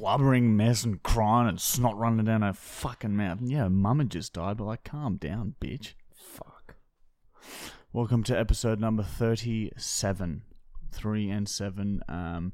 blubbering mess and crying and snot running down her fucking mouth. Yeah, mama just died, but like, calm down, bitch. Fuck. Welcome to episode number 37. 3 and 7. Um,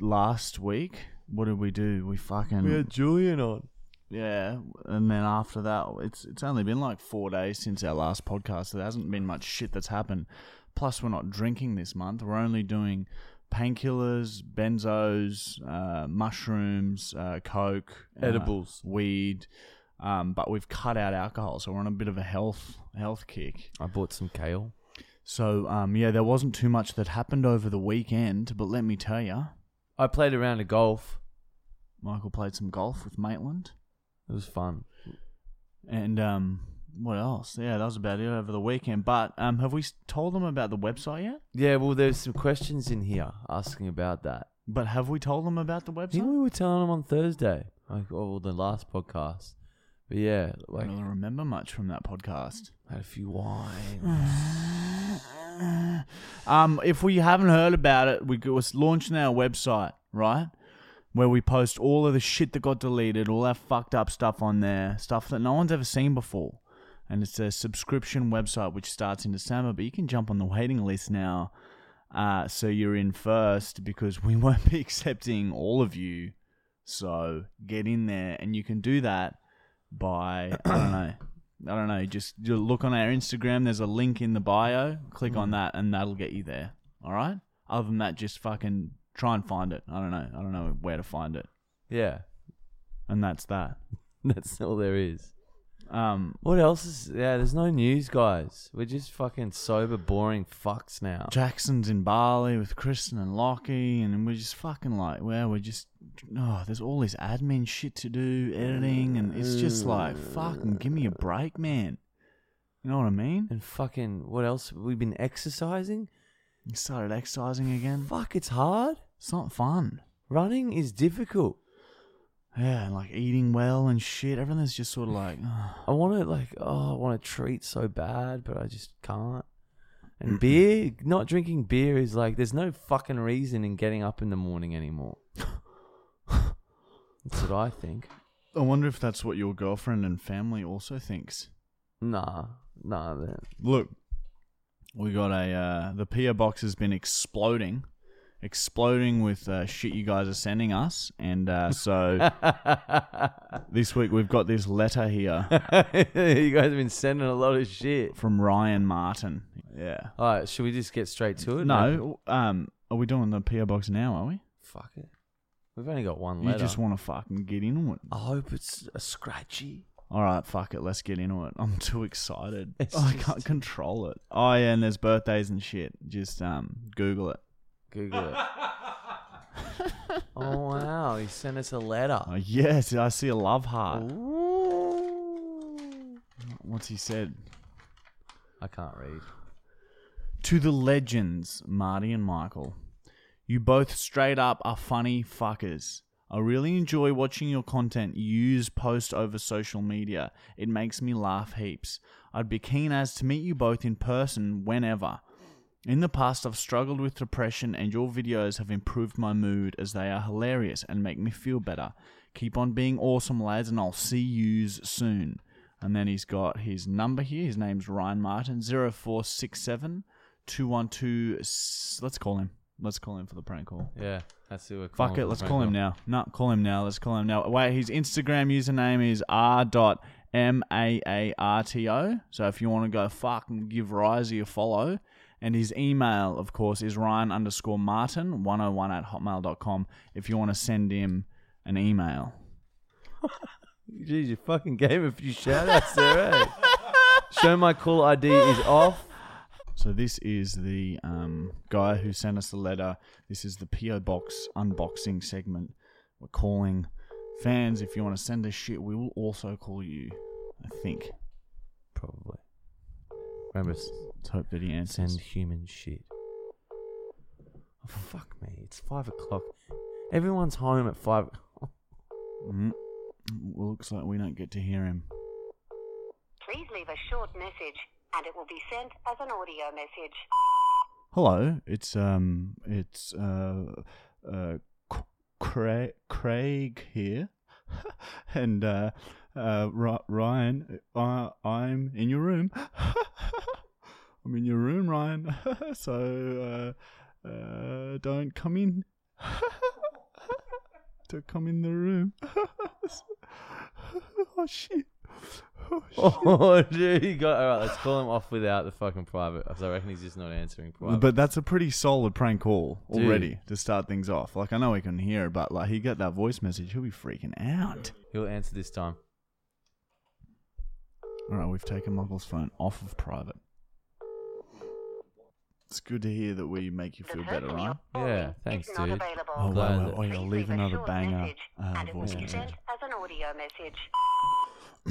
last week, what did we do? We fucking. We had Julian on. Yeah, and then after that, it's it's only been like four days since our last podcast. There hasn't been much shit that's happened. Plus, we're not drinking this month. We're only doing painkillers, benzos, uh, mushrooms, uh, coke, uh, Edibles. weed. Um, but we've cut out alcohol, so we're on a bit of a health health kick. I bought some kale. So um, yeah, there wasn't too much that happened over the weekend. But let me tell you, I played a round of golf. Michael played some golf with Maitland. It was fun. And um, what else? Yeah, that was about it over the weekend. But um, have we s- told them about the website yet? Yeah, well, there's some questions in here asking about that. But have we told them about the I think website? we were telling them on Thursday, like, or the last podcast. But yeah, I like, don't remember much from that podcast. had a few wines. Um, if we haven't heard about it, we we're launching our website, right? Where we post all of the shit that got deleted, all our fucked up stuff on there, stuff that no one's ever seen before. And it's a subscription website which starts in December, but you can jump on the waiting list now. Uh, so you're in first because we won't be accepting all of you. So get in there, and you can do that by I don't know. I don't know. Just you look on our Instagram. There's a link in the bio. Click on that, and that'll get you there. All right. Other than that, just fucking try and find it. I don't know. I don't know where to find it. Yeah, And that's that. that's all there is. Um, What else is? Yeah, there's no news, guys. We're just fucking sober, boring fucks now. Jackson's in Bali with Kristen and Lockie, and we're just fucking like, well, we're just, oh, there's all this admin shit to do, editing, and it's just like, fucking give me a break, man. You know what I mean? And fucking, what else? We've been exercising. You started exercising again. Fuck, it's hard. It's not fun. Running is difficult. Yeah, and like eating well and shit. Everything's just sort of like, I want to like, oh, I want to treat so bad, but I just can't. And beer, not drinking beer is like, there's no fucking reason in getting up in the morning anymore. That's what I think. I wonder if that's what your girlfriend and family also thinks. Nah, nah, then. Look, we got a uh, the PO box has been exploding, exploding with uh, shit you guys are sending us, and uh, so this week we've got this letter here you guys have been sending a lot of shit. from Ryan Martin. Yeah. All right, should we just get straight to it? now? No, um, are we doing the PO box now? Are we? Fuck it. We've only got one letter. You just want to fucking get into it. I hope it's a scratchy. All right, fuck it, let's get into it. I'm too excited. It's I just- can't control it. Oh yeah, and there's birthdays and shit. Just um, Google it. Google it. oh, wow. He sent us a letter. Oh, yes, I see a love heart. Ooh. What's he said? I can't read. To the legends, Marty and Michael. You both straight up are funny fuckers. I really enjoy watching your content use post over social media. It makes me laugh heaps. I'd be keen as to meet you both in person whenever. In the past, I've struggled with depression, and your videos have improved my mood as they are hilarious and make me feel better. Keep on being awesome, lads, and I'll see yous soon. And then he's got his number here. His name's Ryan Martin, 0467 212. Let's call him. Let's call him for the prank call. Yeah, that's who we're calling. Fuck it, for let's right call him now. now. No, call him now. Let's call him now. Wait, his Instagram username is r.maarto. So if you want to go fuck and give Risey a follow. And his email, of course, is ryan underscore martin 101 at hotmail.com if you want to send him an email. Jeez, you fucking gave him a few shout outs there, eh? Show my call ID is off. So this is the um, guy who sent us the letter. This is the PO box unboxing segment. We're calling fans. If you want to send us shit, we will also call you. I think. Probably. Remember, s- Let's hope that he answers. send human shit. Oh, fuck me, it's five o'clock. Everyone's home at five. Mm. Well, looks like we don't get to hear him. Please leave a short message and it will be sent as an audio message. Hello, it's um, it's uh, uh, Qu- Craig, Craig here, and uh, uh, Ri- Ryan, I, I'm in your room. I'm in your room, Ryan. so uh, uh, don't come in. don't come in the room. oh shit! Oh shit! Oh, dude, you got all right. Let's call him off without the fucking private. 'cause I reckon he's just not answering private. But that's a pretty solid prank call Dude. already to start things off. Like I know he can hear, but like he got that voice message, he'll be freaking out. He'll answer this time. All right, we've taken Michael's phone off of private. It's good to hear that we make you The feel person better, you're right? calling Yeah, thanks, is not dude. available. Oh, glad wow, that- oh yeah, Please leave a another short banger message, uh, and it will voice be sent message. as an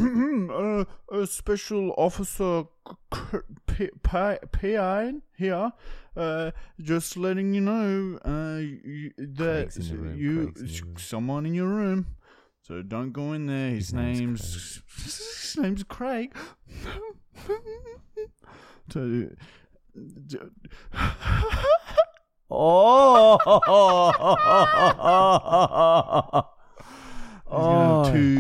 audio message. uh, uh, Special Officer C- C- P- P- PI here. Uh, just letting you know uh, you, that Craig's in the room, you Craig's in the room. someone in your room. So don't go in there. His, His name's name's his name's Craig. so, d- Oh, He's gonna Oh. have two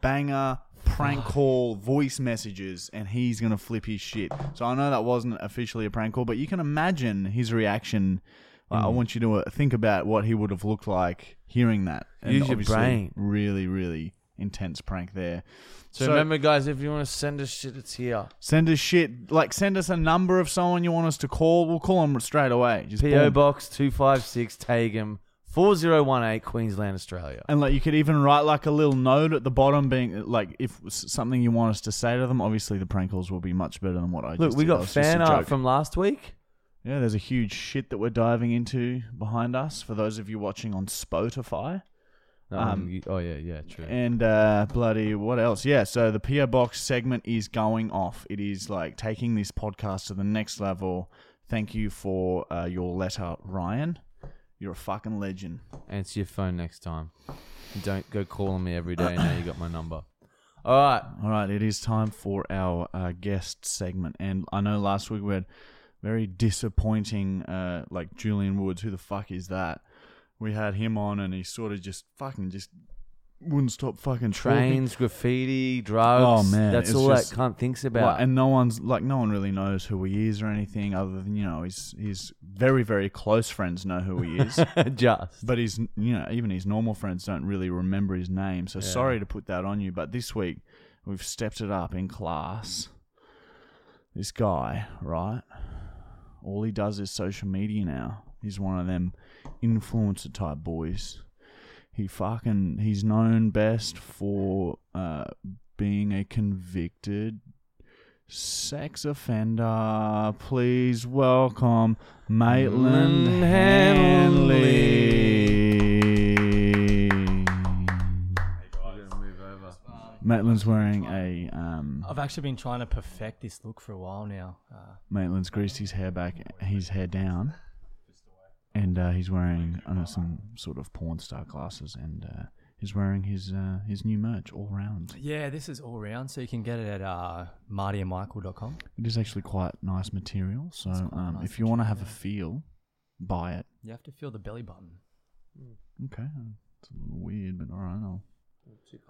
banger prank call voice messages, and he's gonna flip his shit. So I know that wasn't officially a prank call, but you can imagine his reaction. Like, Hmm. I want you to uh, think about what he would have looked like hearing that. Use your obviously, brain. Really, really intense prank there. So, remember, guys, if you want to send us shit, it's here. send us shit. Like, send us a number of someone you want us to call. We'll call them straight away. Just PO boom. Box two five six Tagum four zero one eight Queensland, Australia. And like you could even write like a little note at the bottom, being like if s- something you want us to say to them. Obviously, the prank calls will be much better than what I Look, just we did. That got was just fan a art joke. from last week. yeah. There's a huge shit that we're diving into behind us for those of you watching on Spotify No, Um, you- oh yeah, yeah, true. and uh, bloody what else? Yeah, so the PO box segment is going off. It is like taking this podcast to the next level. Thank you for uh, your letter, Ryan. You're a fucking legend. Answer your phone next time. And Don't go calling me every day. now you got my number. All right. All right, it is time for our uh, guest segment, and I know last week we had very disappointing, uh, like Julian Woods. Who the fuck is that? We had him on, and he sort of just fucking just wouldn't stop fucking talking. Trains, graffiti, drugs. Oh, man, that's it's all just- that cunt thinks Like, about. and no one's like no one really knows who he is or anything other than you know his his very very close friends know who he is, just but his you know even his normal friends don't really remember his name. So sorry to put that on you, but this week we've stepped it up in class. This guy, right? All he does is social media now. He's one of them influencer type boys. He fucking he's known best for uh, being a convicted sex offender. Please welcome Maitland Maitland Hanley. Maitland's wearing a um, I've actually been trying to perfect this look for a while now. Uh, Maitland's greased his hair back, his hair down, and uh, he's wearing uh, some sort of porn star glasses, and uh, he's wearing his uh, his new merch all round. yeah, this is all round, so you can get it at uh, martyandmichael.com. It is actually quite nice material, so um, nice if you want to have material, a feel, buy it. You have to feel the belly button. Okay, uh, it's a little weird, but all right, I'll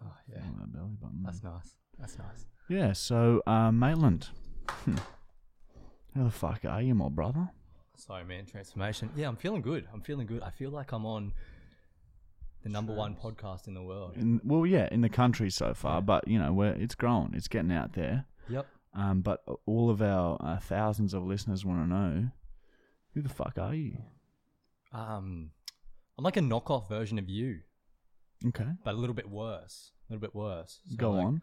Oh, yeah. feel that belly button. That's nice. That's nice. Yeah, so uh, Maitland, hmm. how the fuck are you, my brother? Sorry, man. Transformation. Yeah, I'm feeling good. I'm feeling good. I feel like I'm on the number one podcast in the world. In, well, yeah, in the country so far, but you know, we're, it's growing, it's getting out there. Yep. Um, but all of our uh, thousands of listeners want to know who the fuck are you? Um, I'm like a knockoff version of you, Okay, but a little bit worse. A little bit worse. So, go like- on.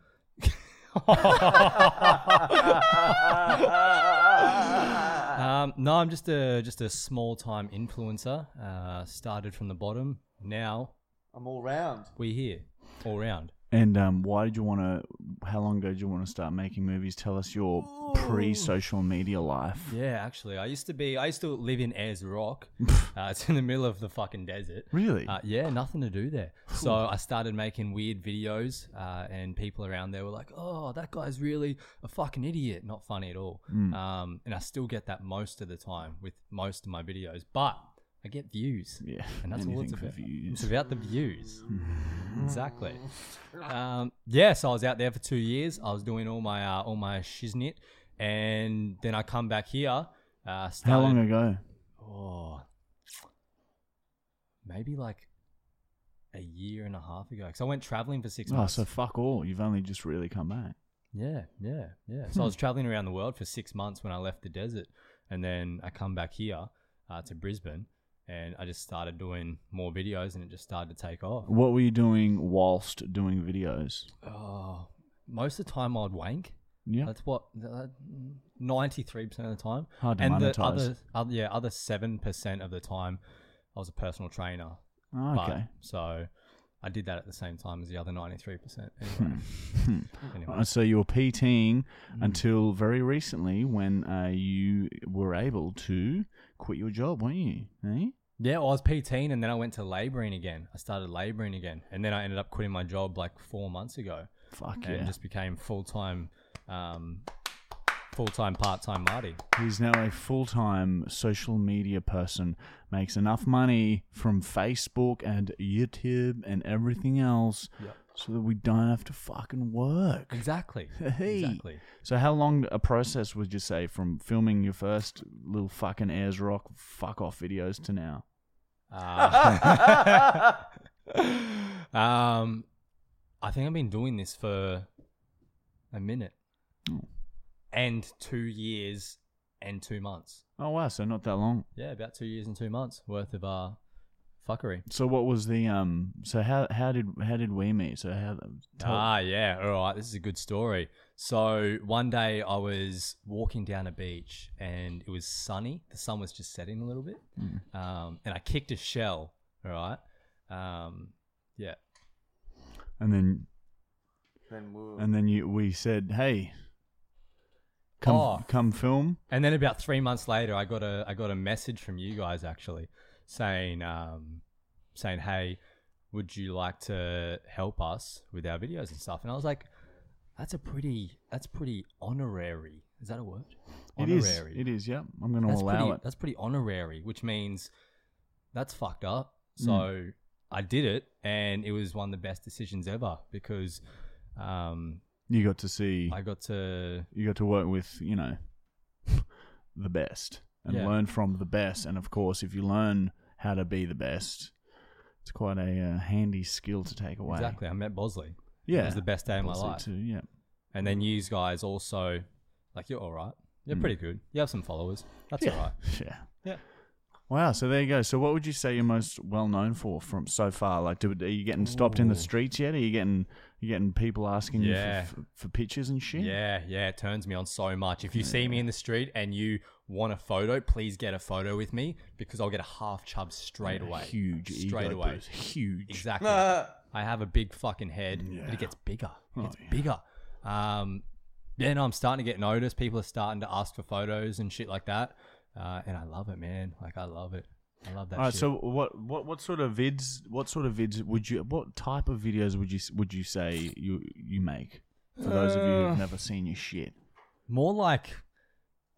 Um, no, I'm just a just a small time influencer. Uh, started from the bottom. Now I'm all round. we're here, all round. And um, why did you want to? How long ago did you want to start making movies? Tell us your pre-social media life. Yeah, actually, I used to be. I used to live in Ayers Rock. uh, it's in the middle of the fucking desert. Really? Uh, yeah, nothing to do there. So I started making weird videos, uh, and people around there were like, "Oh, that guy's really a fucking idiot. Not Mm. funny at all." Um, and I still get that most of the time with most of my videos, but I get views. Yeah. And that's all it's anything for about. It's views. about the views. exactly. Um, yeah, so I was out there for two years. I was doing all my uh, all my shiznit, and then I come back here. Uh, started, How long ago? Oh, maybe like a year and a half ago. Because I went traveling for six Oh, months. so fuck all. You've only just really come back. Yeah, yeah, yeah. So I was traveling around the world for six months when I left the desert, and then I come back here uh, to Brisbane, and I just started doing more videos, and it just started to take off. What were you doing whilst doing videos? Oh, most of the time I'd wank. Yeah. That's what ninety-three percent of the time. Hard to and monetize. the other, other, yeah, other seven percent of the time, I was a personal trainer. Oh, But- okay. so I did that at the same time as the other ninety-three percent. Hmm. Anyway, anyway. Uh, so you were PTing until very recently when uh, you were able to quit your job, weren't you? Eh? Yeah, well, I was PTing and then I went to labouring again. I started labouring again, and then I ended up quitting my job like four months ago, Fuck and yeah. just became full time, um, full time part time Marty. He's now a full time social media person, makes enough money from Facebook and YouTube and everything else so that we don't have to fucking work. Exactly. Hey. Exactly. So, how long a process would you say from filming your first little fucking airs rock fuck off videos to now? Uh, um, I think I've been doing this for a minute Hmm. and two years and two months. Oh, wow. So, not that long. Yeah, about two years and two months worth of uh, fuckery. So what was the um? So how how did how did we meet? So how tell, Ah, yeah. All right. This is a good story. So one day I was walking down a beach and it was sunny. The sun was just setting a little bit. Um, and I kicked a shell. All right. Um, yeah. and then Then we'll, and then you we said hey, come Oh. come film. And then about three months later, I got a I got a message from you guys actually saying um, saying hey, would you like to help us with our videos and stuff? And I was like, that's a pretty that's pretty honorary. Is that a word? It is. It is. Yeah, I'm going to that's allow pretty, it. That's pretty honorary, which means that's fucked up. Mm. So I did it, and it was one of the best decisions ever because um, You got to see. I got to you got to work with you know, the best and Yeah. learn from the best. And of course, if you learn how to be the best, it's quite a uh, handy skill to take away. exactly. I met Bosley. Yeah, it was the best day of my Obviously, life. Too, yeah. And then you guys also, like, you're all right. You're pretty good. You have some followers. That's all right. Mm. Yeah. Yeah. Wow. So there you go. So what would you say you're most well known for from so far? Like, do, are you getting stopped in the streets yet? Are you getting you getting people asking Yeah. you for, for, for pictures and shit? Yeah, yeah, it turns me on so much. If you see me in the street and you want a photo, please get a photo with me because I'll get a half chub straight away. Huge. Straight ego away. boost. Huge. Exactly. I have a big fucking head, but it gets bigger. It Oh, gets bigger. Um, yeah, no, I'm starting to get noticed. People are starting to ask for photos and shit like that. Uh, and I love it, man. Like, I love it. I love that All right. shit. So what what what sort of vids? What sort of vids would you? What type of videos would you would you say you you make? For those of you Uh. who've never seen your shit. more like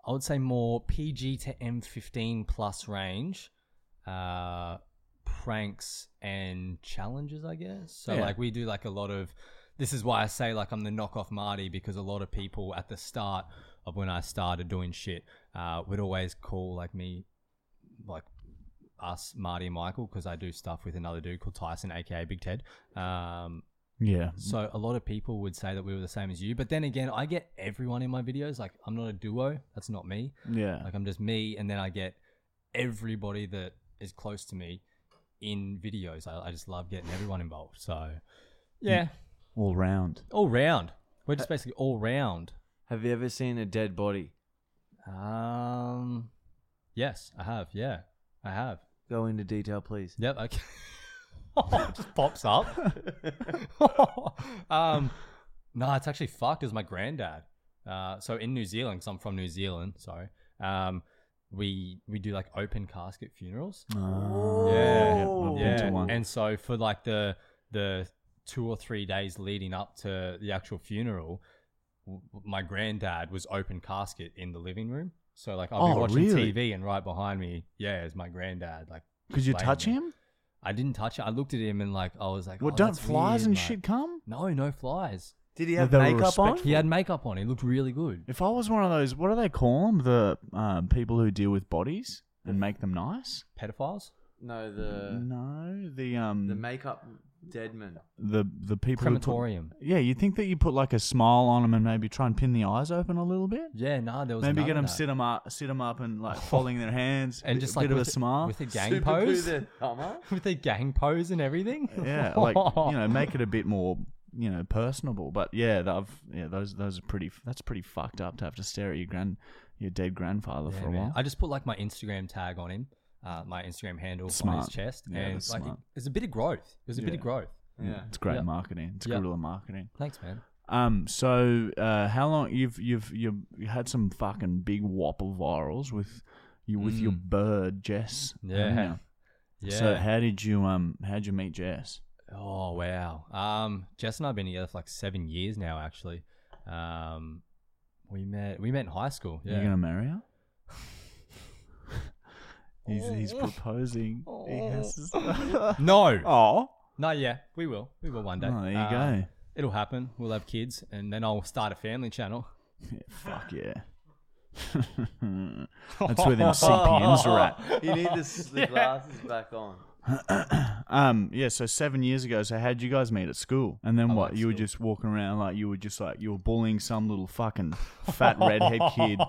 I would say more PG to M15 plus range uh, pranks and challenges, I guess. So Yeah. like we do like a lot of. This is why I say like I'm the knockoff Marty because a lot of people at the start of when I started doing shit uh, would always call like me like us Marty and Michael because I do stuff with another dude called Tyson, aka Big Ted. Um, Yeah. so a lot of people would say that we were the same as you, but then again, I get everyone in my videos. Like I'm not a duo. That's not me. Yeah. Like I'm just me, and then I get everybody that is close to me in videos. I, I just love getting everyone involved. So yeah, All round. all round. We're just basically all round. have you ever seen a dead body? Um, yes, I have. Yeah, I have. Go into detail, please. Yep. Okay. it just pops up. um, no, it's actually fucked. It was my granddad. Uh, so in New Zealand, because I'm from New Zealand, sorry. Um, we we do like open casket funerals. Yeah, Uh, I've been yeah. to one. And so for like the the two or three days leading up to the actual funeral, w- my granddad was open casket in the living room. So like I'll be Oh, watching really? TV and right behind me, yeah, is my granddad like Could you Blame touch me. him? I didn't touch it. I looked at him and like I was like, What, oh, don't that's flies weird, and like- shit come? No, no flies. Did he have They were makeup on? respectful. He had makeup on. He looked really good. If I was one of those, what do they call them? The um, people who deal with bodies and make them nice? Pedophiles? No, the no, the um, the the makeup dead man. the, people who put- Crematorium. yeah, you think that you put like a smile on them and maybe try and pin the eyes open a little bit? Yeah, nah, there was Maybe none get of them that. sit them up, sit 'em up, and like folding their hands and a just bit like of a with smile. with a gang pose, with a gang pose and everything. yeah, like you know, make it a bit more you know personable. But yeah, that I've, yeah, those those are pretty. That's pretty fucked up to have to stare at your grand your dead grandfather Yeah, for a man. while. I just put like my Instagram tag on him, uh, my Instagram handle on his Smart. chest, Yeah, and that's like smart. there's a bit of growth. There's a bit of Yeah. growth. Yeah. It's great Yeah. marketing. It's Yeah. guerrilla marketing. Thanks, man. Um, so uh, how long you've you've you've you had some fucking big whopper virals with you with your bird Jess? Mm. Yeah. haven't you? Yeah. So how did you um how'd you meet Jess? oh wow. Um, Jess and I've been together for like seven years now, actually. Um, we met we met in high school. Yeah. You're gonna marry her? he's he's proposing. He has to start- No. Oh. No. Yeah. We will. We will one day. Oh, there you Uh, go. It'll happen. We'll have kids, and then I'll start a family channel. Yeah, fuck yeah. That's where them CPMs are at. You need this, the glasses back on. Um, yeah, so seven years ago, so how'd you guys meet at school? And then what? at You were school. just walking around like you were just like you were bullying some little fucking fat redhead kid,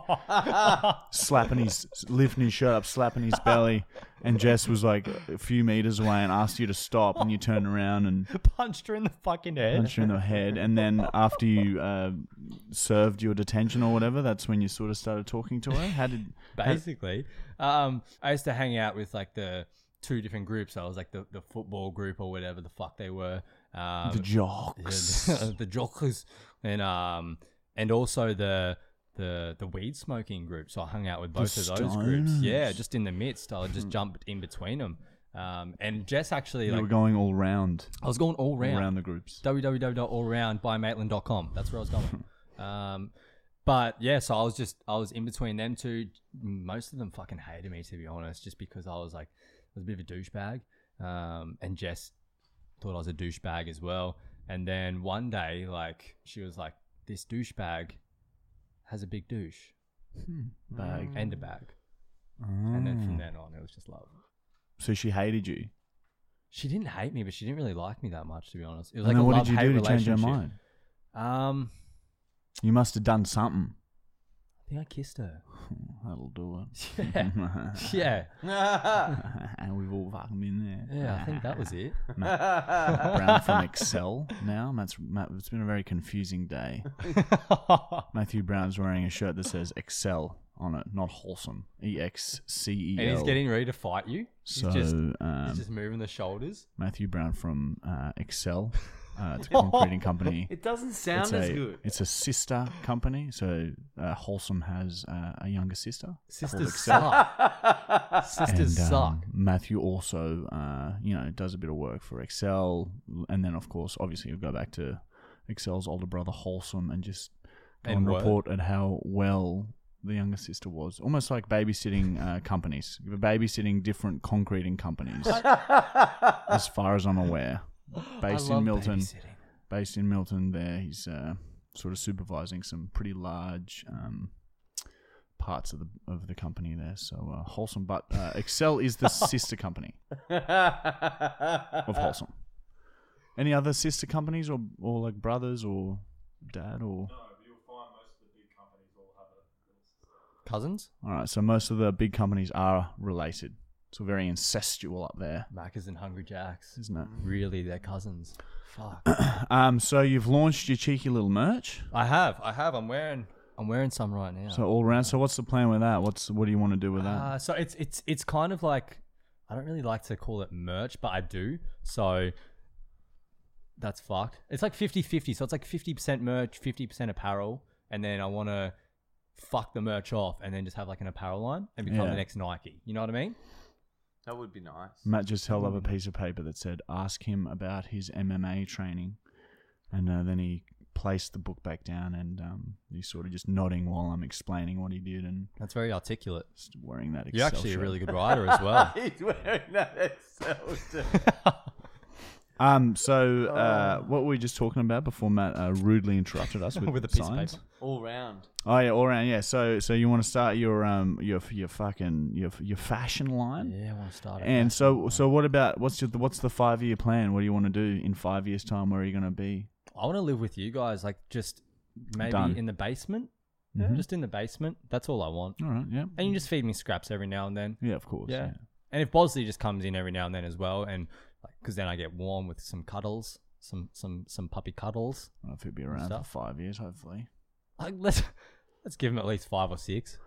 slapping his lifting his shirt up, slapping his belly, and Jess was like a few meters away and asked you to stop, and you turned around and Punched her in the fucking head. punched her in the head. And then after you uh, served your detention or whatever, that's when you sort of started talking to her. How did? basically. Um, I used to hang out with like the two different groups. I was like the, the football group or whatever the fuck they were. Um, The jocks. the, the jockeys and um and also the the the weed smoking group. So I hung out with both of those groups. Yeah, stoners. just in the midst. I just jumped in between them. Um, and Jess actually You like were going all round, I was going all round around the groups. www.allroundbymaitland.com. That's where I was going. um, but yeah, so I was just I was in between them two. Most of them fucking hated me to be honest, just because I was like I was a bit of a douchebag. Um, and Jess thought I was a douchebag as well. And then one day, like she was like, "This douchebag has a big douche bag and a bag." And then Mm. from then on, it was just love. So she hated you. She didn't hate me, but she didn't really like me that much, to be honest. It was and like then a what love did you hate do to change her relationship. mind? Um, You must have done something. I think I kissed her. That'll do Yeah. it. yeah. and we've all fucking been there. Yeah, I think that was it. Brown from Excel now. Matt's, Matt, it's been a very confusing day. Matthew Brown's wearing a shirt that says Excel on it, not wholesome. E X C E L. and he's getting ready to fight you. He's so. just um, he's just moving the shoulders. Matthew Brown from uh, Excel. Uh, it's a concreting company. It doesn't sound it's as a, good. It's a sister company. So uh, Wholesome has uh, a younger sister. Sisters suck. Sisters And, suck. um, Matthew also, uh, you know, does a bit of work for Excel, and then of course, obviously, you'll go back to Excel's older brother Wholesome and just go And and, work. report at how well the younger sister was. Almost like babysitting uh, companies, babysitting different concreting companies. as far as I'm aware, based in Milton, babysitting. based in Milton, there he's uh, sort of supervising some pretty large. Um, parts of the of the company there so uh, wholesome but uh, excel is the sister company of wholesome. Any other sister companies or or like brothers or dad or? Cousins? All right, so most of the big companies are related. So very incestual up there, Maccas and Hungry Jacks. isn't it? Really, they're cousins. Fuck. Um, so you've launched your cheeky little merch. I have. I have. I'm wearing I'm wearing some right now. So all around. So what's the plan with that? What's what do you want to do with that? Uh, so it's it's it's kind of like I don't really like to call it merch, but I do. So that's fucked. It's like 50-50. So it's like 50% merch, 50% apparel, and then I want to fuck the merch off and then just have like an apparel line and become Yeah. the next Nike. You know what I mean? That would be nice. Matt just held up Hmm. a piece of paper that said, "Ask him about his MMA training," and uh, then he placed the book back down and um, he's sort of just nodding while I'm explaining what he did and That's very articulate. just wearing that. Excel You're actually a shirt. really good writer as well. He's wearing that Excel shirt. Um. So, uh, what were we just talking about before Matt uh, rudely interrupted us with, Oh. With a piece of signs? paper. All round. Oh yeah, all around. Yeah. So, so you want to start your um your your fucking your your fashion line? yeah, I want to start. it. And so, so what about what's your, what's the five year plan? What do you want to do in five years' time? Where are you going to be? I want to live with you guys, like just maybe Done. in the basement, Mhm. just in the basement. That's all I want. All right. Yeah. And you just feed me scraps every now and then. Yeah. Mm. Of course. Yeah. And if Bosley just comes in every now and then as well, and because then I get warm with some cuddles, some some some puppy cuddles. I don't know if it'll be around Stuff. for five years, hopefully. Like let's let's give him at least five or six.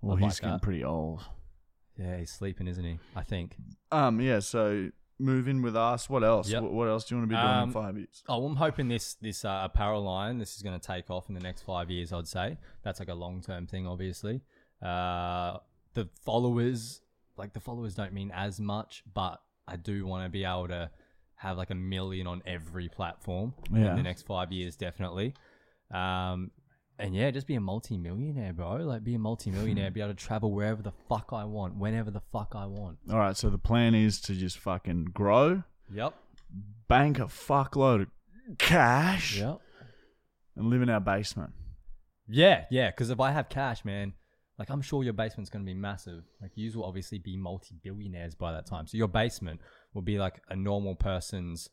Well, I'd he's like getting that. pretty old. Yeah, he's sleeping, isn't he? I think. Um. Yeah. So move in with us. What else? Yep. What, what else do you want to be doing Um, in five years? Oh, I'm hoping this this uh, apparel line this is going to take off in the next five years. I'd say that's like a long term thing, obviously. Uh, the followers, like the followers, don't mean as much, but I do want to be able to have like a million on every platform Yeah. in the next five years, definitely. Um, and yeah, just be a multi-millionaire, bro. Like be a multi-millionaire, be able to travel wherever the fuck I want, whenever the fuck I want. All right. So the plan is to just fucking grow, Yep. bank a fuckload of cash, Yep. and live in our basement. Yeah, yeah. Because if I have cash, man, like I'm sure your basement's gonna be massive. Like you will obviously be multi-billionaires by that time. So your basement will be like a normal person's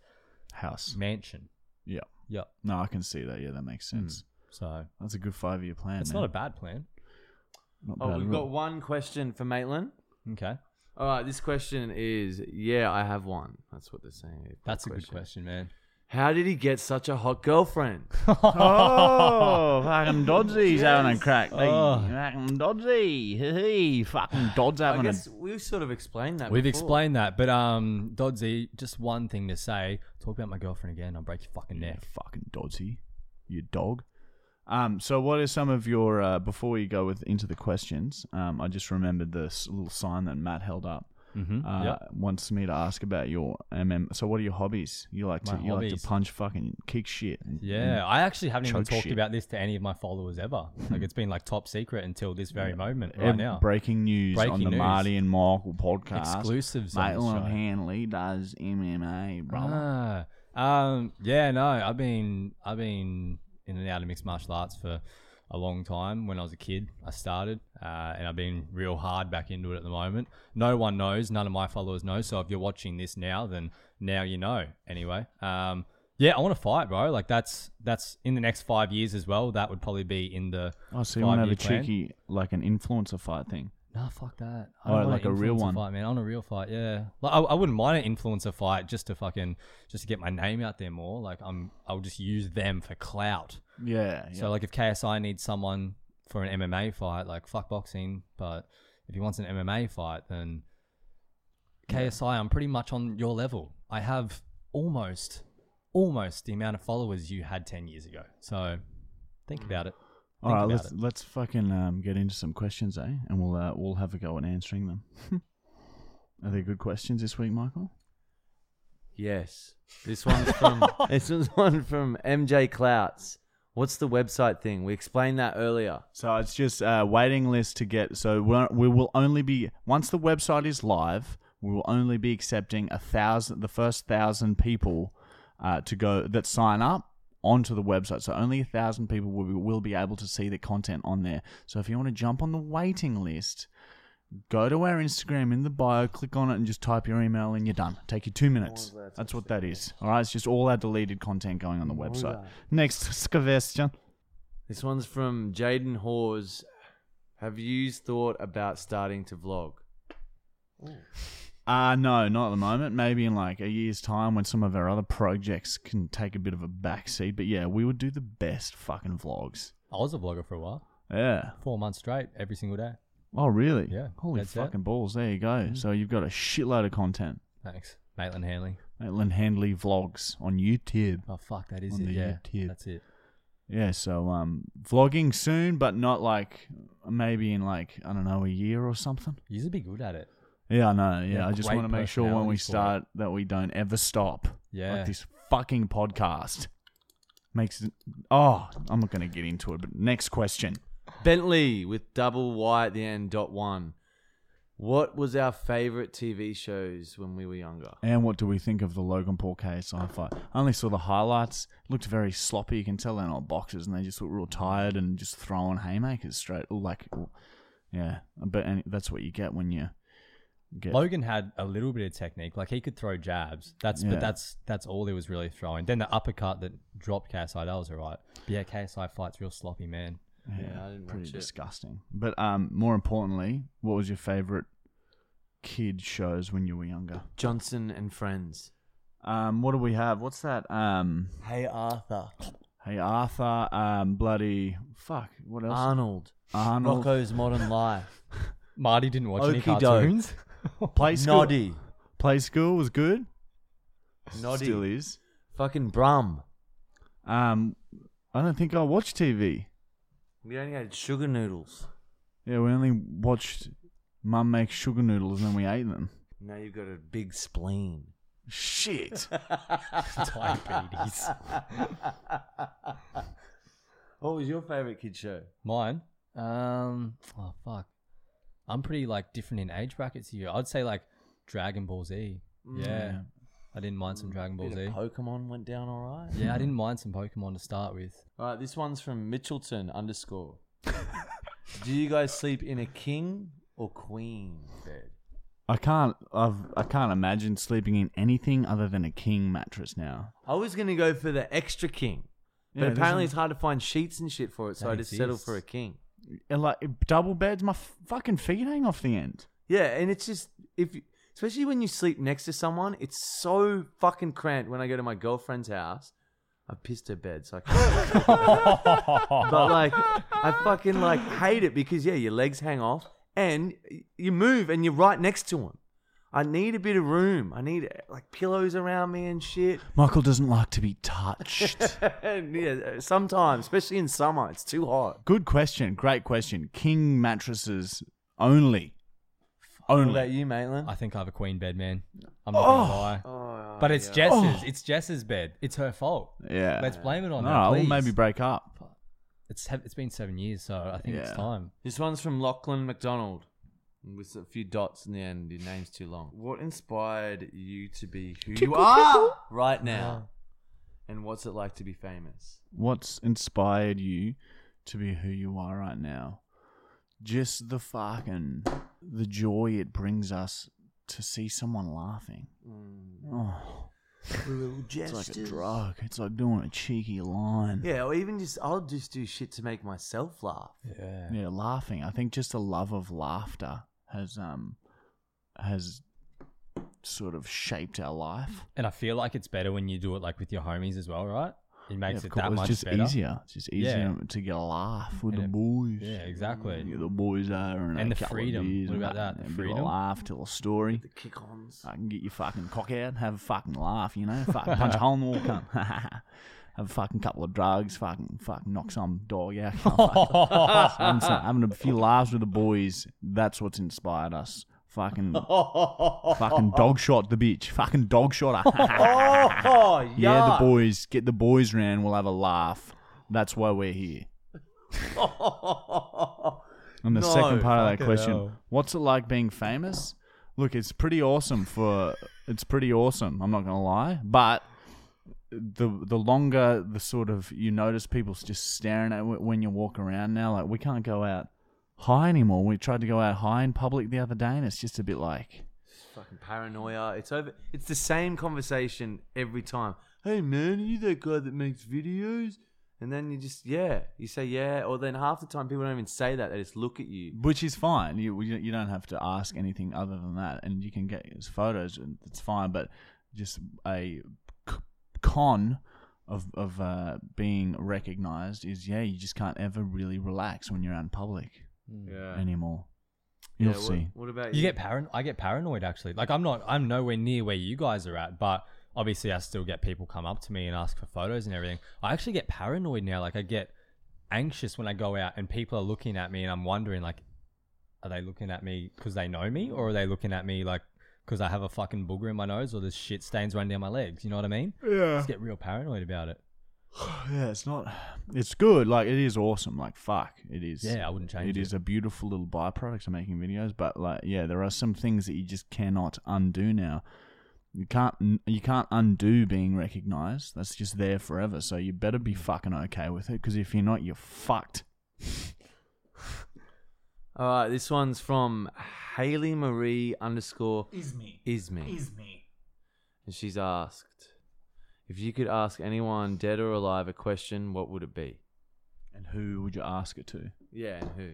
House. mansion. Yeah. Yep. No, I can see that. Yeah, that makes sense. So That's a good five year plan. Hmm. it's man. not a bad plan. Not Oh, bad we've at got all. one question for Maitland. Okay, All right, this question is yeah, I have one. That's what they're saying. that's a good question, man. How did he get such a hot girlfriend? Oh, fucking Dodsy's having a crack. Hey, Oh. Fucking Dodsy. Hey, fucking Dod's I having a. guess we've sort of explained that. We've before. explained that, but um, Dodsy, just one thing to say: talk about my girlfriend again, I'll break your fucking Yeah, neck. fucking Dodsy. You dog. Um, so what are some of your uh, before you go with into the questions? Um, I just remembered this little sign that Matt held up. Mm-hmm. Uh, yep. Wants me to ask about your MM. So what are your hobbies? You like to My you like hobbies? to punch fucking kick shit. and- Yeah, I actually haven't even Mm. choke talked shit. about this to any of my followers ever. Like it's been like top secret until this very moment and right ev- now. Breaking news on Breaking the news. Marty and Michael podcast. Exclusives on this Maitland show. Hanley does MMA, brother. Ah, um, yeah, no, I've been I've been in and out of mixed martial arts for a long time. When I was a kid, I started, uh, and I've been real hard back into it at the moment. No one knows, none of my followers know. So if you're watching this now, then now you know. Anyway, um, yeah, I want to fight, bro. Like that's that's in the next five years as well. That would probably be in the oh, so you want to have a five-year Ah, plan. cheeky, like an influencer fight thing? Nah, fuck that. Oh, want like a real one. fight, man. On a real fight, yeah. Like I, I wouldn't mind an influencer fight just to fucking just to get my name out there more. Like I'm, I'll just use them for clout. Yeah. yeah. So like if KSI needs someone for an MMA fight, like fuck boxing, but if he wants an MMA fight, then KSI, I'm pretty much on your level. I have almost, almost the amount of followers you had ten years ago. So think Mm. about it. All right, about let's it. let's fucking um, get into some questions, eh? And we'll uh, we'll have a go at answering them. Are they good questions this week, Michael? Yes. This one's from this one's one from MJ Clouts. What's the website thing? We explained that earlier. So it's just a waiting list to get. So we're, we will only be once the website is live. We will only be accepting a thousand, the first thousand people uh, to go that sign up onto the website. So only a thousand people will be, will be able to see the content on there. So if you want to jump on the waiting list, go to our Instagram in the bio, click on it, and just type your email, and you're done. Take you two minutes. That's what that is. All right, it's just all our deleted content going on the website. Next question. This one's from Jaden Hawes. Have you thought about starting to vlog? Uh, no, not at the moment. Maybe in like a year's time when some of our other projects can take a bit of a backseat. But yeah, we would do the best fucking vlogs. I was a vlogger for a while, Yeah. four months straight, every single day. Oh, really? Yeah, Holy that's it. Mm-hmm. fucking balls. There you go. So you've got a shitload of content. Thanks, Maitland Hanley. Maitland Handley vlogs on YouTube. Oh fuck, that is On it. the Yeah, YouTube. that's it. Yeah, so um, vlogging soon, but not like maybe in like, I don't know, a year or something. You'd be good at it. Yeah, I know. Yeah, Yeah, I just great want to make sure when we personalities for it. start that we don't ever stop. Yeah. Like this fucking podcast. Makes it. Oh, I'm not going to get into it, but next question. Bentley with double Y at the end, dot one. What was our favorite TV shows when we were younger? And what do we think of the Logan Paul case? I thought- I only saw the highlights. Looked very sloppy. You can tell they're not boxers, and they just look real tired and just throwing haymakers straight. Like, yeah, but and that's what you get when you get. Logan had a little bit of technique, like he could throw jabs. That's Yeah. but that's that's all he was really throwing. Then the uppercut that dropped KSI, that was alright. But yeah, KSI fights real sloppy, man. Yeah, I didn't pretty watch it. disgusting. But um, more importantly, what was your favorite kid shows when you were younger? Johnson and Friends. Um, what do we have? What's that? Um, Hey Arthur. hey Arthur. Um, bloody fuck. What else? Arnold. Arnold. Rocco's Modern Life. Marty didn't watch any Okey-doke. cartoons. Play school. Noddy. Play school was good. Noddy. Still is. Fucking Brum. Um, I don't think I watched TV. We only had sugar noodles. Yeah, we only watched Mum make sugar noodles and then we ate them. Now you've got a big spleen. Shit. Diabetes. What was your favorite kid show? Mine. Um. Oh fuck. I'm pretty like different in age brackets here. I'd say like Dragon Ball Z. Yeah. I didn't mind some Dragon Ball Mm. Bit Z. of Pokemon went down all right. yeah, I didn't mind some Pokemon to start with. All right, this one's from Mitchelton underscore. Do you guys sleep in a king or queen bed? I can't. I've. I can't imagine sleeping in anything other than a king mattress now. I was gonna go for the extra king, but Yeah, there's apparently a- it's hard to find sheets and shit for it, so That I just settled exists. for a king. And like double beds, my fucking feet hang off the end. Yeah, and it's just if, you, especially when you sleep next to someone, it's so fucking cramped. When I go to my girlfriend's house, I pissed her bed, so I can't. but like, I fucking like hate it because yeah, your legs hang off and you move and you're right next to them. I need a bit of room. I need like pillows around me and shit. Michael doesn't like to be touched. And, yeah, sometimes, especially in summer, it's too hot. Good question. Great question. King mattresses only. Only. What about you, Maitland? I think I have a queen bed, man. I'm not gonna lie. Oh, but it's Jess's. It's Jess's bed. It's her fault. Yeah. Let's blame it on no, her. we'll please. maybe break up. It's sev- it's been seven years, so I think it's Yeah. time. This one's from Lachlan McDonald with a few dots in the end. Your name's too long. What inspired you to be who you are right now? And what's it like to be famous? What's inspired you to be who you are right now? Just the fucking the joy it brings us to see someone laughing. Oh, it's like a drug. It's like doing a cheeky line. Yeah, or even just, I'll just do shit to make myself laugh. Yeah. yeah laughing i think just a love of laughter has um has sort of shaped our life And I feel like it's better when you do it like with your homies as well, right? It Yeah, makes of it course, that much it's just better. easier it's just easier to get a laugh with And the it- boys Yeah, exactly. Yeah, the boys are and, And a the couple of freedom. beers What and about that? The and a bit of freedom? a laugh tell a story The kick ons. i can get your fucking cock out have a fucking laugh you know fucking punch a hole in the wall cunt. have a fucking couple of drugs fucking fucking knock some dog out cunt. I'm sa- having a few laughs with the boys. That's what's inspired us. Fucking, fucking dog shot the bitch. Fucking dog shot her. Oh, yeah. yeah, the boys. Get the boys round. We'll have a laugh. That's why we're here. And the No, second part of that fucking question: hell. What's it like being famous? Look, it's pretty awesome. For it's pretty awesome. I'm not gonna lie, but the the longer the sort of you notice people just staring at w- when you walk around now, like we can't go out high anymore. We tried to go out high in public the other day, and it's just a bit like Fucking paranoia. It's over. It's the same conversation every time. Hey man, are you that guy that makes videos? And then you just yeah, you say yeah, or then half the time people don't even say that. They just look at you. which is fine. You you you don't have to ask anything other than that, and you can get his photos, and it's fine. But just a c- con of of uh, being recognised is yeah, you just can't ever really relax when you're out in public Mm. Yeah. anymore. You'll what, see. What about you? You get paranoid. I get paranoid actually. Like I'm not. I'm nowhere near where you guys are at, but obviously I still get people come up to me and ask for photos and everything. I actually get paranoid now. Like I get anxious when I go out and people are looking at me and I'm wondering like, are they looking at me because they know me or are they looking at me like because I have a fucking booger in my nose or there's shit stains running down my legs? You know what I mean? Yeah. just get real paranoid about it. yeah, it's not. It's good. Like it is awesome. Like fuck, it is. Yeah, I wouldn't change it it. is a beautiful little byproduct of making videos. But like, yeah, there are some things that you just cannot undo now. You can't. You can't undo being recognized. That's just there forever. So you better be fucking okay with it. Because if you're not, you're fucked. All right, this one's from Haley Marie underscore Is me. Isme. Is me. And she's asked, if you could ask anyone dead or alive a question, what would it be? And who would you ask it to? Yeah, and who?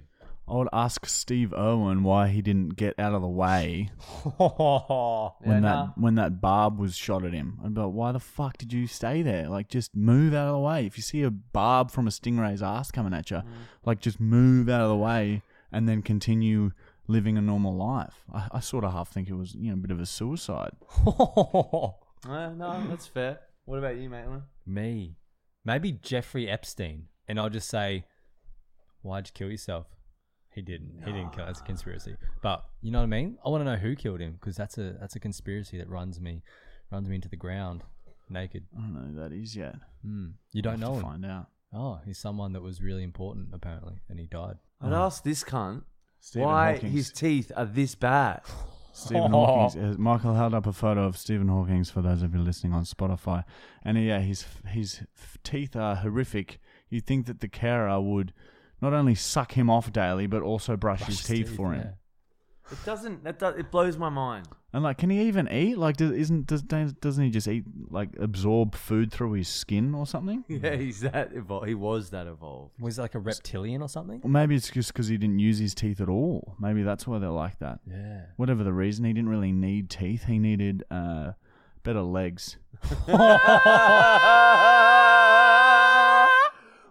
I would ask Steve Irwin why he didn't get out of the way when that when that barb was shot at him. I'd be like, why the fuck did you stay there? Like, just move out of the way. If you see a barb from a stingray's ass coming at you, Mm. like, just move out of the way and then continue living a normal life. I, I sort of half think it was, you know, a bit of a suicide. Uh, no, that's fair. What about you, Maitland? Me. Maybe Jeffrey Epstein. And I'll just say, why'd you kill yourself? He didn't. He didn't kill. That's a conspiracy. But you know what I mean? I want to know who killed him because that's a that's a conspiracy that runs me runs me into the ground naked. I don't know who that is yet. Hmm. You don't I'll know have him. to find out. Oh, he's someone that was really important apparently, and he died. I'd ask this cunt Stephen why Hawking's- his teeth are this bad. Stephen Hawking's. uh, Michael held up a photo of Stephen Hawking's for those of you listening on Spotify, and uh, yeah, his his teeth are horrific. You would think that the carer would not only suck him off daily, but also brush, his teeth, for him. yeah. It doesn't. That does, it blows my mind. And like, can he even eat? Like, does, isn't does doesn't he just eat like absorb food through his skin or something? Yeah, he's that evolved. He was that evolved. Was he like a reptilian or something? Or maybe it's just because he didn't use his teeth at all. Maybe that's why they're like that. Yeah. Whatever the reason, he didn't really need teeth. He needed uh, better legs.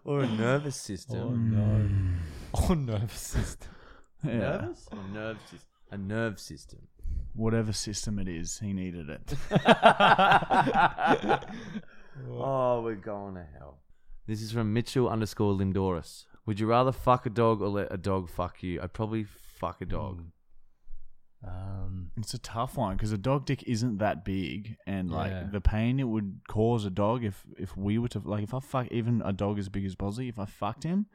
or a nervous system. no. Hmm. Oh nervous system. Yeah. Nervous? Or nerve system. A nerve system. Whatever system it is, he needed it. Oh, we're going to hell. This is from Mitchell underscore Limdoris. Would you rather fuck a dog or let a dog fuck you? I'd probably fuck a dog. Um. It's a tough one because a dog dick isn't that big, and like Yeah. the pain it would cause a dog if if we were to like if I fuck even a dog as big as Bozzy, if I fucked him,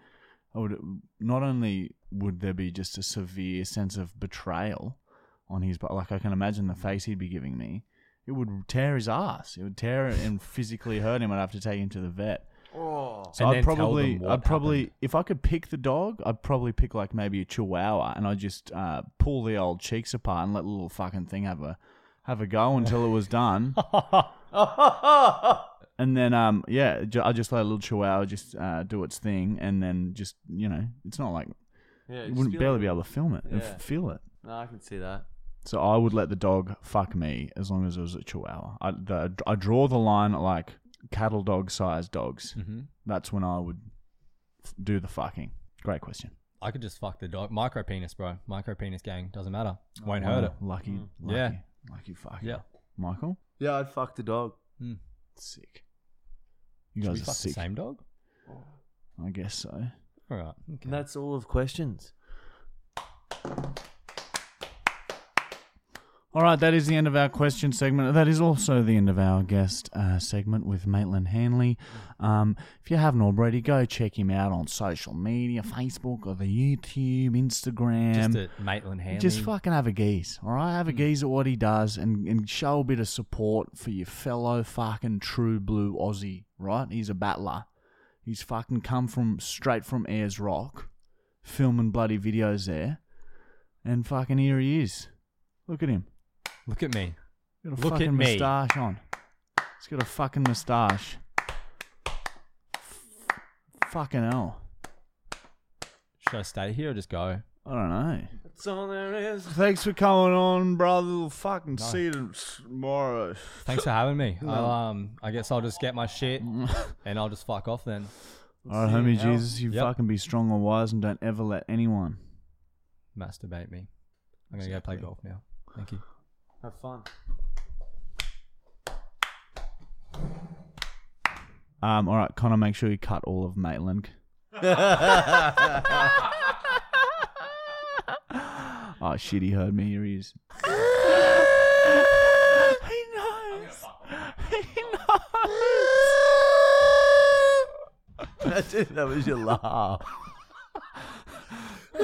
I would not only would there be just a severe sense of betrayal on his but like I can imagine the face he'd be giving me. It would tear his ass. It would tear and physically hurt him. I'd have to take him to the vet. Oh. So And I'd then tell probably, them what I'd probably, happened. if I could pick the dog, I'd probably pick like maybe a Chihuahua, and I'd just uh, pull the old cheeks apart and let the little fucking thing have a have a go until it was done, Oh. and then um yeah, ju- I just let a little Chihuahua just uh, do its thing, and then just you know, it's not like yeah, you wouldn't barely be able to film it and Yeah. f- feel it. No, I can see that. So I would let the dog fuck me as long as it was a Chihuahua. I the, I draw the line at like cattle dog sized dogs. hmm That's when I would f- do the fucking. Great question. I could just fuck the dog. Micro penis, bro. Micro penis gang. Doesn't matter. Won't hurt it. Wow, Lucky, lucky, Yeah. lucky fuck. Yeah. Michael, Yeah, I'd fuck the dog. sick. You Should we guys are fuck the sick. same dog? I guess so. All right. Okay. And that's all of questions. All right, that is the end of our question segment. That is also the end of our guest uh, segment with Maitland Hanley. Um, if you haven't already, go check him out on social media, Facebook or the YouTube, Instagram. just a Maitland Hanley. Just fucking have a geese, all right? Hmm. Have a geese at what he does and, and show a bit of support for your fellow fucking true blue Aussie, right? He's a battler. He's fucking come from straight from Ayers Rock, filming bloody videos there. And fucking here he is. Look at him. Look at me. Got a Look at fucking me. moustache on. He's got a fucking moustache. F- fucking hell. Should I stay here or just go? I don't know. That's all there is. Thanks for coming on, brother. Fucking see you tomorrow. Thanks for having me. I'll, um, I guess I'll just get my shit and I'll just fuck off then. All right, homie Jesus, you Yep. fucking be strong and wise, and don't ever let anyone. Masturbate me. I'm gonna go play golf now. Thank you. Have fun. Um, all right, Connor, make sure you cut all of Maitland. oh shit, he heard me. Here he is. he knows. He knows. Imagine that was your laugh.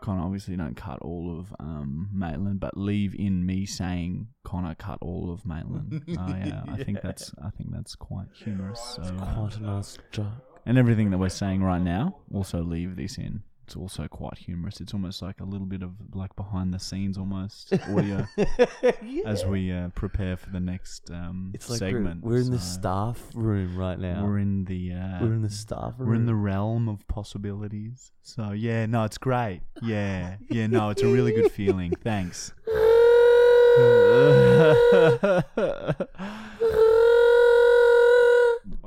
Connor obviously don't cut all of um, Maitland, but leave in me saying Connor cut all of Maitland. oh yeah, I think that's I think that's quite humorous. So, uh, What a nice joke. and everything that we're saying right now, also leave this in. It's also quite humorous. It's almost like a little bit of like behind the scenes, almost audio as we uh, prepare for the next um, It's like segment. we're, we're in the So, staff room right now. We're in the uh, We're in the staff room. we're in the realm of possibilities. So yeah, no, it's great. Yeah, yeah, no, it's a really good feeling. Thanks.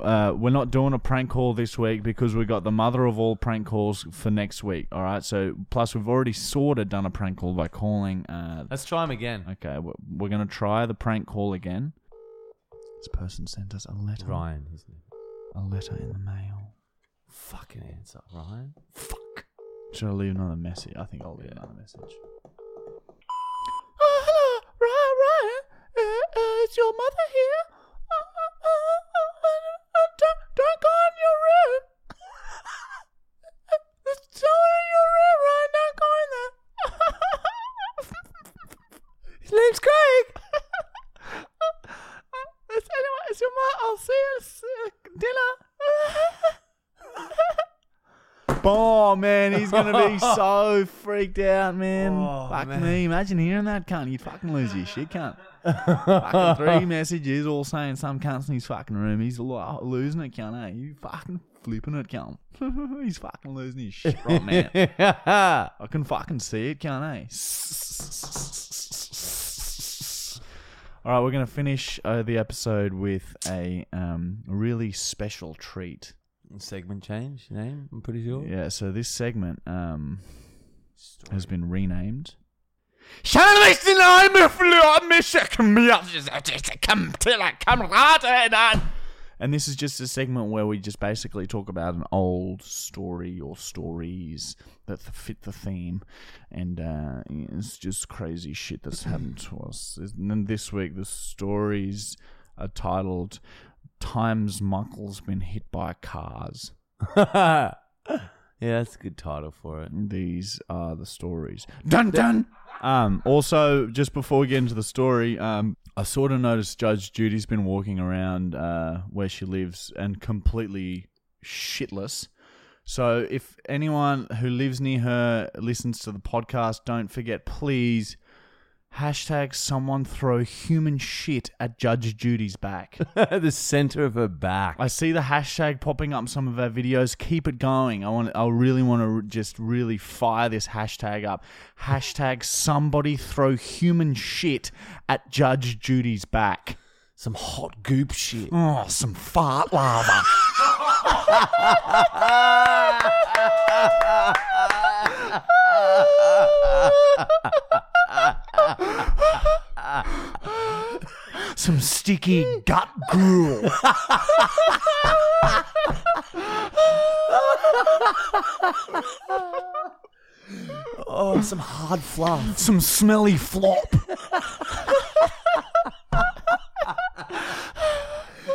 Uh, we're not doing a prank call this week because we got the mother of all prank calls for next week. All right. So plus we've already sort of done a prank call by calling. Uh, Let's try him again. okay, we're, we're gonna try the prank call again. This person sent us a letter. Ryan, his name. A letter in the mail. Fucking answer, Ryan. Fuck. Should I leave another message? I think I'll leave another message. Oh, Uh, hello, Ryan. Ryan. Uh, uh, is your mother here? Uh, uh, uh, uh, uh, don't, don't go in your room. Uh, There's someone in your room, Ryan. Don't go in there. His name's Craig. Uh, is, anyone, is your mother? I'll see you at uh, dinner. Oh man, he's gonna be so freaked out, man. Fuck man. me. Imagine hearing that cunt. You'd fucking lose your shit, cunt. fucking three messages all saying some cunt's in his fucking room. He's lo- losing it, cunt, eh? You fucking flipping it, cunt. he's fucking losing his shit right man. I can fucking see it, eh? can't I? All right, we're going to finish uh, the episode with a um, really special treat. Segment change name. I'm pretty sure. Yeah, so this segment um, Story. has been renamed. And this is just a segment where we just basically talk about an old story or stories that th- fit the theme. And uh, it's just crazy shit that's happened to us. And then this week, the stories are titled Times Michael's Been Hit by Cars. yeah, that's a good title for it. These are the stories. Dun dun. Um, also, just before we get into the story, um, I sort of noticed Judge Judy's been walking around uh, where she lives and completely shitless. So, if anyone who lives near her listens to the podcast, don't forget, please hashtag someone throw human shit at Judge Judy's back. the center of her back. I see the hashtag popping up in some of our videos. Keep it going. I want. I really want to just really fire this hashtag up. Hashtag somebody throw human shit at Judge Judy's back. Some hot goop shit. Oh, some fart lava. some sticky gut gruel. Oh, some hard fluff. some smelly flop.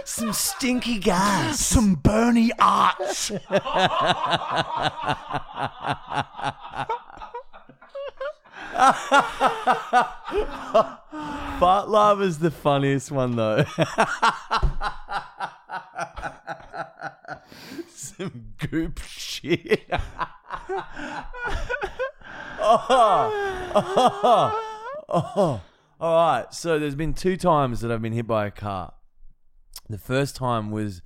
some stinky gas. Some Bernie arts. Fart lava's the funniest one though. Some goop shit. oh, oh, oh. All right. So there's been two times that I've been hit by a car. The first time was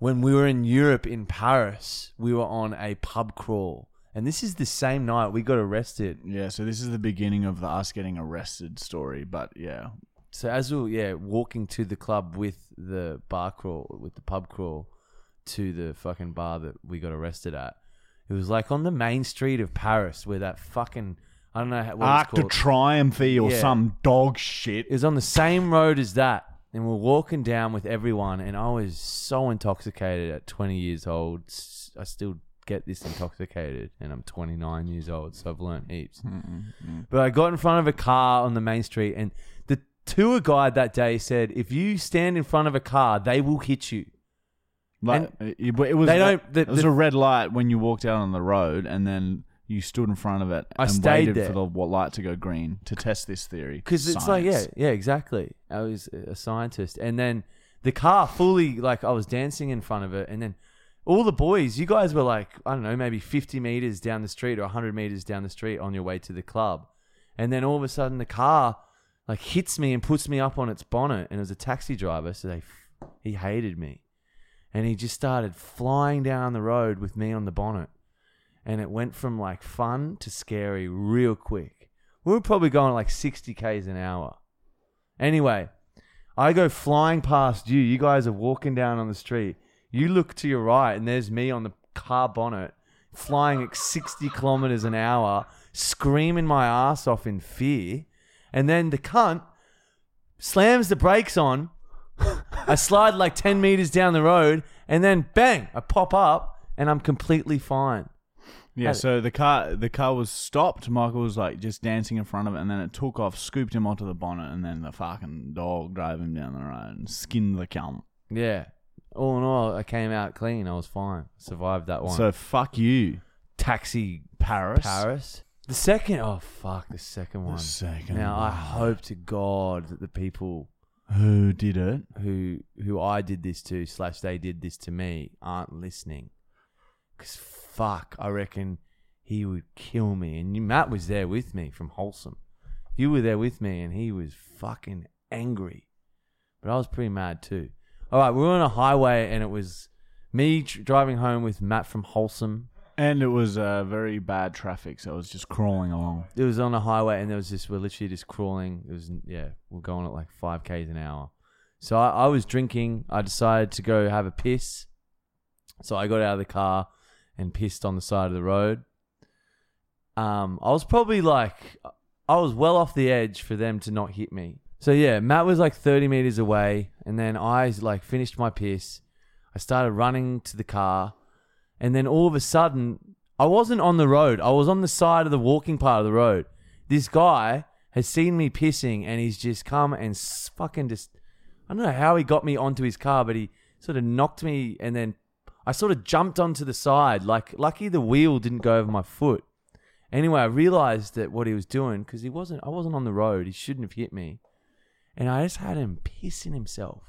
when we were in Europe in Paris. We were on a pub crawl, and this is the same night we got arrested. Yeah, so this is the beginning of the us getting arrested story, but yeah. So as we were, yeah, walking to the club with the bar crawl, with the pub crawl to the fucking bar that we got arrested at, it was like on the main street of Paris where that fucking, I don't know how- what Arc it's de called. Triomphe or Yeah. some dog shit. it was on the same road as that. And we're walking down with everyone, and I was so intoxicated at 20 years old. S- I still get this intoxicated, and I'm 29 years old, so I've learned heaps. But I got in front of a car on the main street, and the tour guide that day said, if you stand in front of a car, they will hit you. Like, uh, it, it was They don't- the- it was the- a red light when you walked out on the road, and then you stood in front of it I and stayed waited there. for the wa- light to go green to test this theory. Because it's like, yeah, Science. yeah, exactly. I was a scientist. And then the car fully, like, I was dancing in front of it. And then all the boys, you guys were like, I don't know, maybe 50 meters down the street or 100 meters down the street on your way to the club. And then all of a sudden the car, like, hits me and puts me up on its bonnet. And it was a taxi driver. So they, he hated me. And he just started flying down the road with me on the bonnet and it went from like fun to scary real quick. We were probably going like 60 k's an hour. Anyway, I go flying past you. You guys are walking down on the street. You look to your right, and there's me on the car bonnet, flying at 60 kilometers an hour, screaming my ass off in fear. And then the cunt slams the brakes on. I slide like 10 meters down the road, and then bang, I pop up, and I'm completely fine. Yeah, so the car the car was stopped. Michael was like just dancing in front of it, and then it took off, scooped him onto the bonnet, and then the fucking dog drove him down the road and skinned the cunt. Yeah. All in all, I came out clean. I was fine. Survived that one. So fuck you, taxi Paris. Paris. The second, oh fuck, the second one. second Now I one. hope to God that the people Who did it? who who I did this to slash they did this to me aren't listening. Cause fuck, I reckon he would kill me. And you, Matt was there with me from Wholesome. You were there with me, and he was fucking angry. But I was pretty mad too. All right, we were on a highway, and it was me tr- driving home with Matt from Wholesome. And it was uh, very bad traffic, so it was just crawling along. it was on a highway and there was just we're literally just crawling. It was yeah, we're going at like five k's an hour. So I, I was drinking. I decided to go have a piss. So I got out of the car and pissed on the side of the road. Um, I was probably like, I was well off the edge for them to not hit me. So yeah, Matt was like 30 meters away, and then I like finished my piss. I started running to the car, and then all of a sudden, I wasn't on the road. I was on the side of the walking part of the road. This guy has seen me pissing, and he's just come and s- fucking just. I don't know how he got me onto his car, but he sort of knocked me, and then I sort of jumped onto the side. Like, lucky the wheel didn't go over my foot. Anyway, I realized that what he was doing because he wasn't. I wasn't on the road. He shouldn't have hit me, and I just had him pissing himself.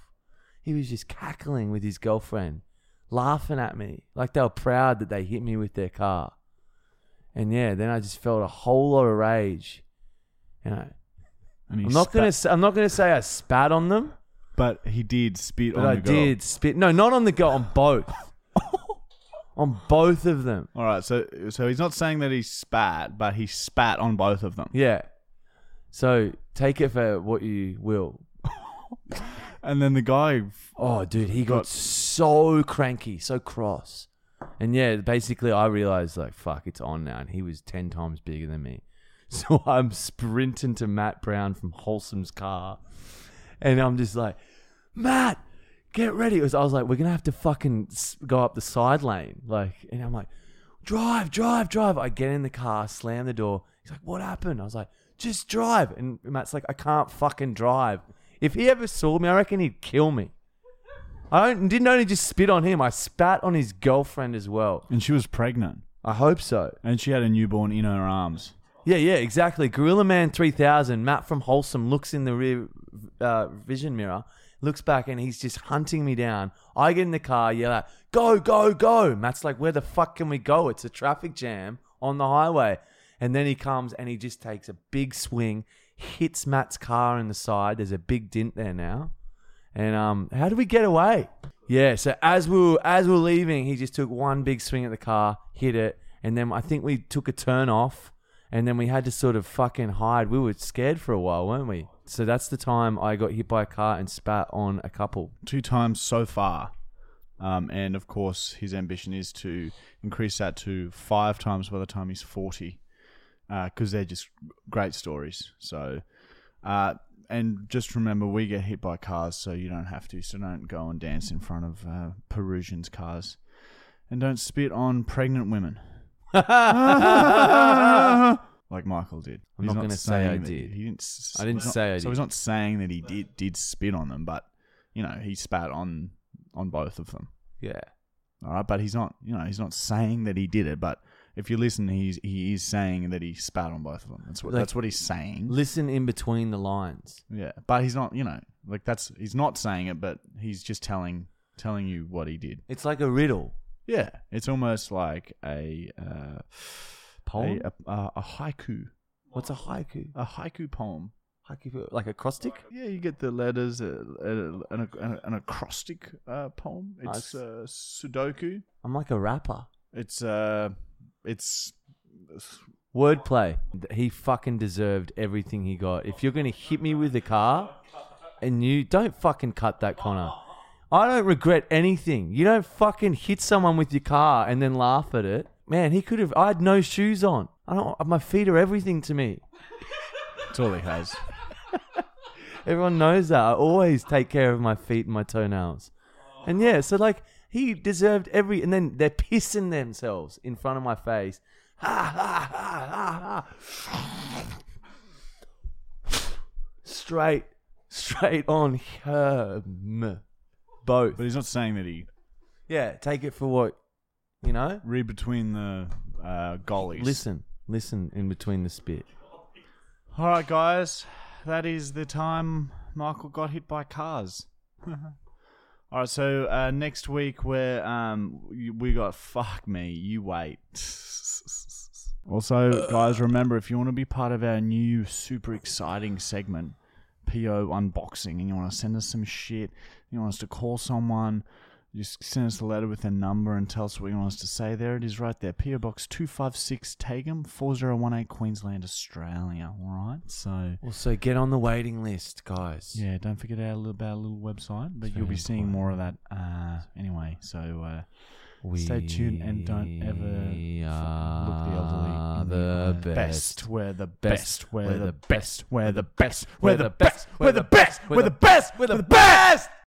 He was just cackling with his girlfriend, laughing at me like they were proud that they hit me with their car. And yeah, then I just felt a whole lot of rage. And I, And he I'm not spat- gonna. s- I'm not gonna say I spat on them, but he did spit but on I the girl. did spit. No, not on the girl. On both. on both of them. All right, so so he's not saying that he spat, but he spat on both of them. Yeah. So take it for what you will. And then the guy, Oh, dude, he got so cranky, so cross. And yeah, basically, I realized, like, fuck, it's on now. And he was 10 times bigger than me. So I'm sprinting to Matt Brown from Wholesome's car. And I'm just like, Matt, get ready. It was, I was like, we're going to have to fucking s- go up the side lane. Like, and I'm like, drive, drive, drive. I get in the car, slam the door. He's like, what happened? I was like, just drive. And Matt's like, I can't fucking drive. If he ever saw me, I reckon he'd kill me. I don't, didn't only just spit on him, I spat on his girlfriend as well. and she was pregnant, I hope so. and she had a newborn in her arms. Yeah, yeah, exactly. Gorilla Man 3000, Matt from Wholesome, looks in the rear uh, vision mirror, looks back, and he's just hunting me down. I get in the car, yell out, go, go, go. Matt's like, where the fuck can we go? It's a traffic jam on the highway. And then he comes and he just takes a big swing, hits Matt's car in the side. There's a big dint there now. And um, how did we get away? Yeah, so as we were, as we were leaving, he just took one big swing at the car, hit it, and then I think we took a turn off, and then we had to sort of fucking hide. We were scared for a while, weren't we? So that's the time I got hit by a car and spat on a couple. two times so far. Um, and of course, his ambition is to increase that to five times by the time he's 40, because they're just great stories. So, uh, and just remember, we get hit by cars, so you don't have to. So, don't go and dance in front of uh, Perusians' cars. And don't spit on pregnant women. like Michael did. I'm not gonna say I saying that- did. He didn't. s- I didn't he's not- say I So did. he's not saying that he did did spit on them, but you know he spat on on both of them. Yeah. All right, but he's not. You know, he's not saying that he did it. But if you listen, he's he is saying that he spat on both of them. That's what Like- that's what he's saying. Listen in between the lines. yeah, but he's not. You know, like that's he's not saying it, but he's just telling telling you what he did. It's like a riddle. Yeah, it's almost like a uh, Poem? a, a, a haiku, What's a haiku? a haiku poem. Haiku, like acrostic? Uh, Yeah, you get the letters, uh, uh, an, an, an acrostic uh, poem. It's Nice. uh, Sudoku. I'm like a rapper. It's uh, it's Wordplay. He fucking deserved everything he got. If you're gonna hit me with a car, and you don't fucking cut that, Connor. I don't regret anything. You don't fucking hit someone with your car and then laugh at it. Man, he could have. I had no shoes on. I don't. My feet are everything to me. it's all he has. Everyone knows that. I always take care of my feet and my toenails. And yeah, so like he deserved every. And then they're pissing themselves in front of my face. Ha ha ha ha ha. Straight, straight on him. Both. But he's not saying that he Yeah, take it for what you know. read between the uh, goalies. Listen, listen in between the spit. All right, guys, that is the time Michael got hit by cars. All right, so uh, next week we're um y- we got fuck me, you wait. Also, guys, remember if you want to be part of our new super exciting segment, PO unboxing, and you want to send us some shit, you want us to call someone, just send us a letter with their number and tell us what you want us to say. There it is right there. PO Box 256 Tagum, 4018 Queensland, Australia. All right. So, Also, get on the waiting list, guys. yeah, don't forget our, li- about our little website, but It's you'll very be seeing important. more of that uh, anyway. So, uh, We Stay tuned and don't ever are f- look the elderly in the, eye. best. We're the Best. best. We're We're the the best. We're the best. We're the best. We're the best. We're the best.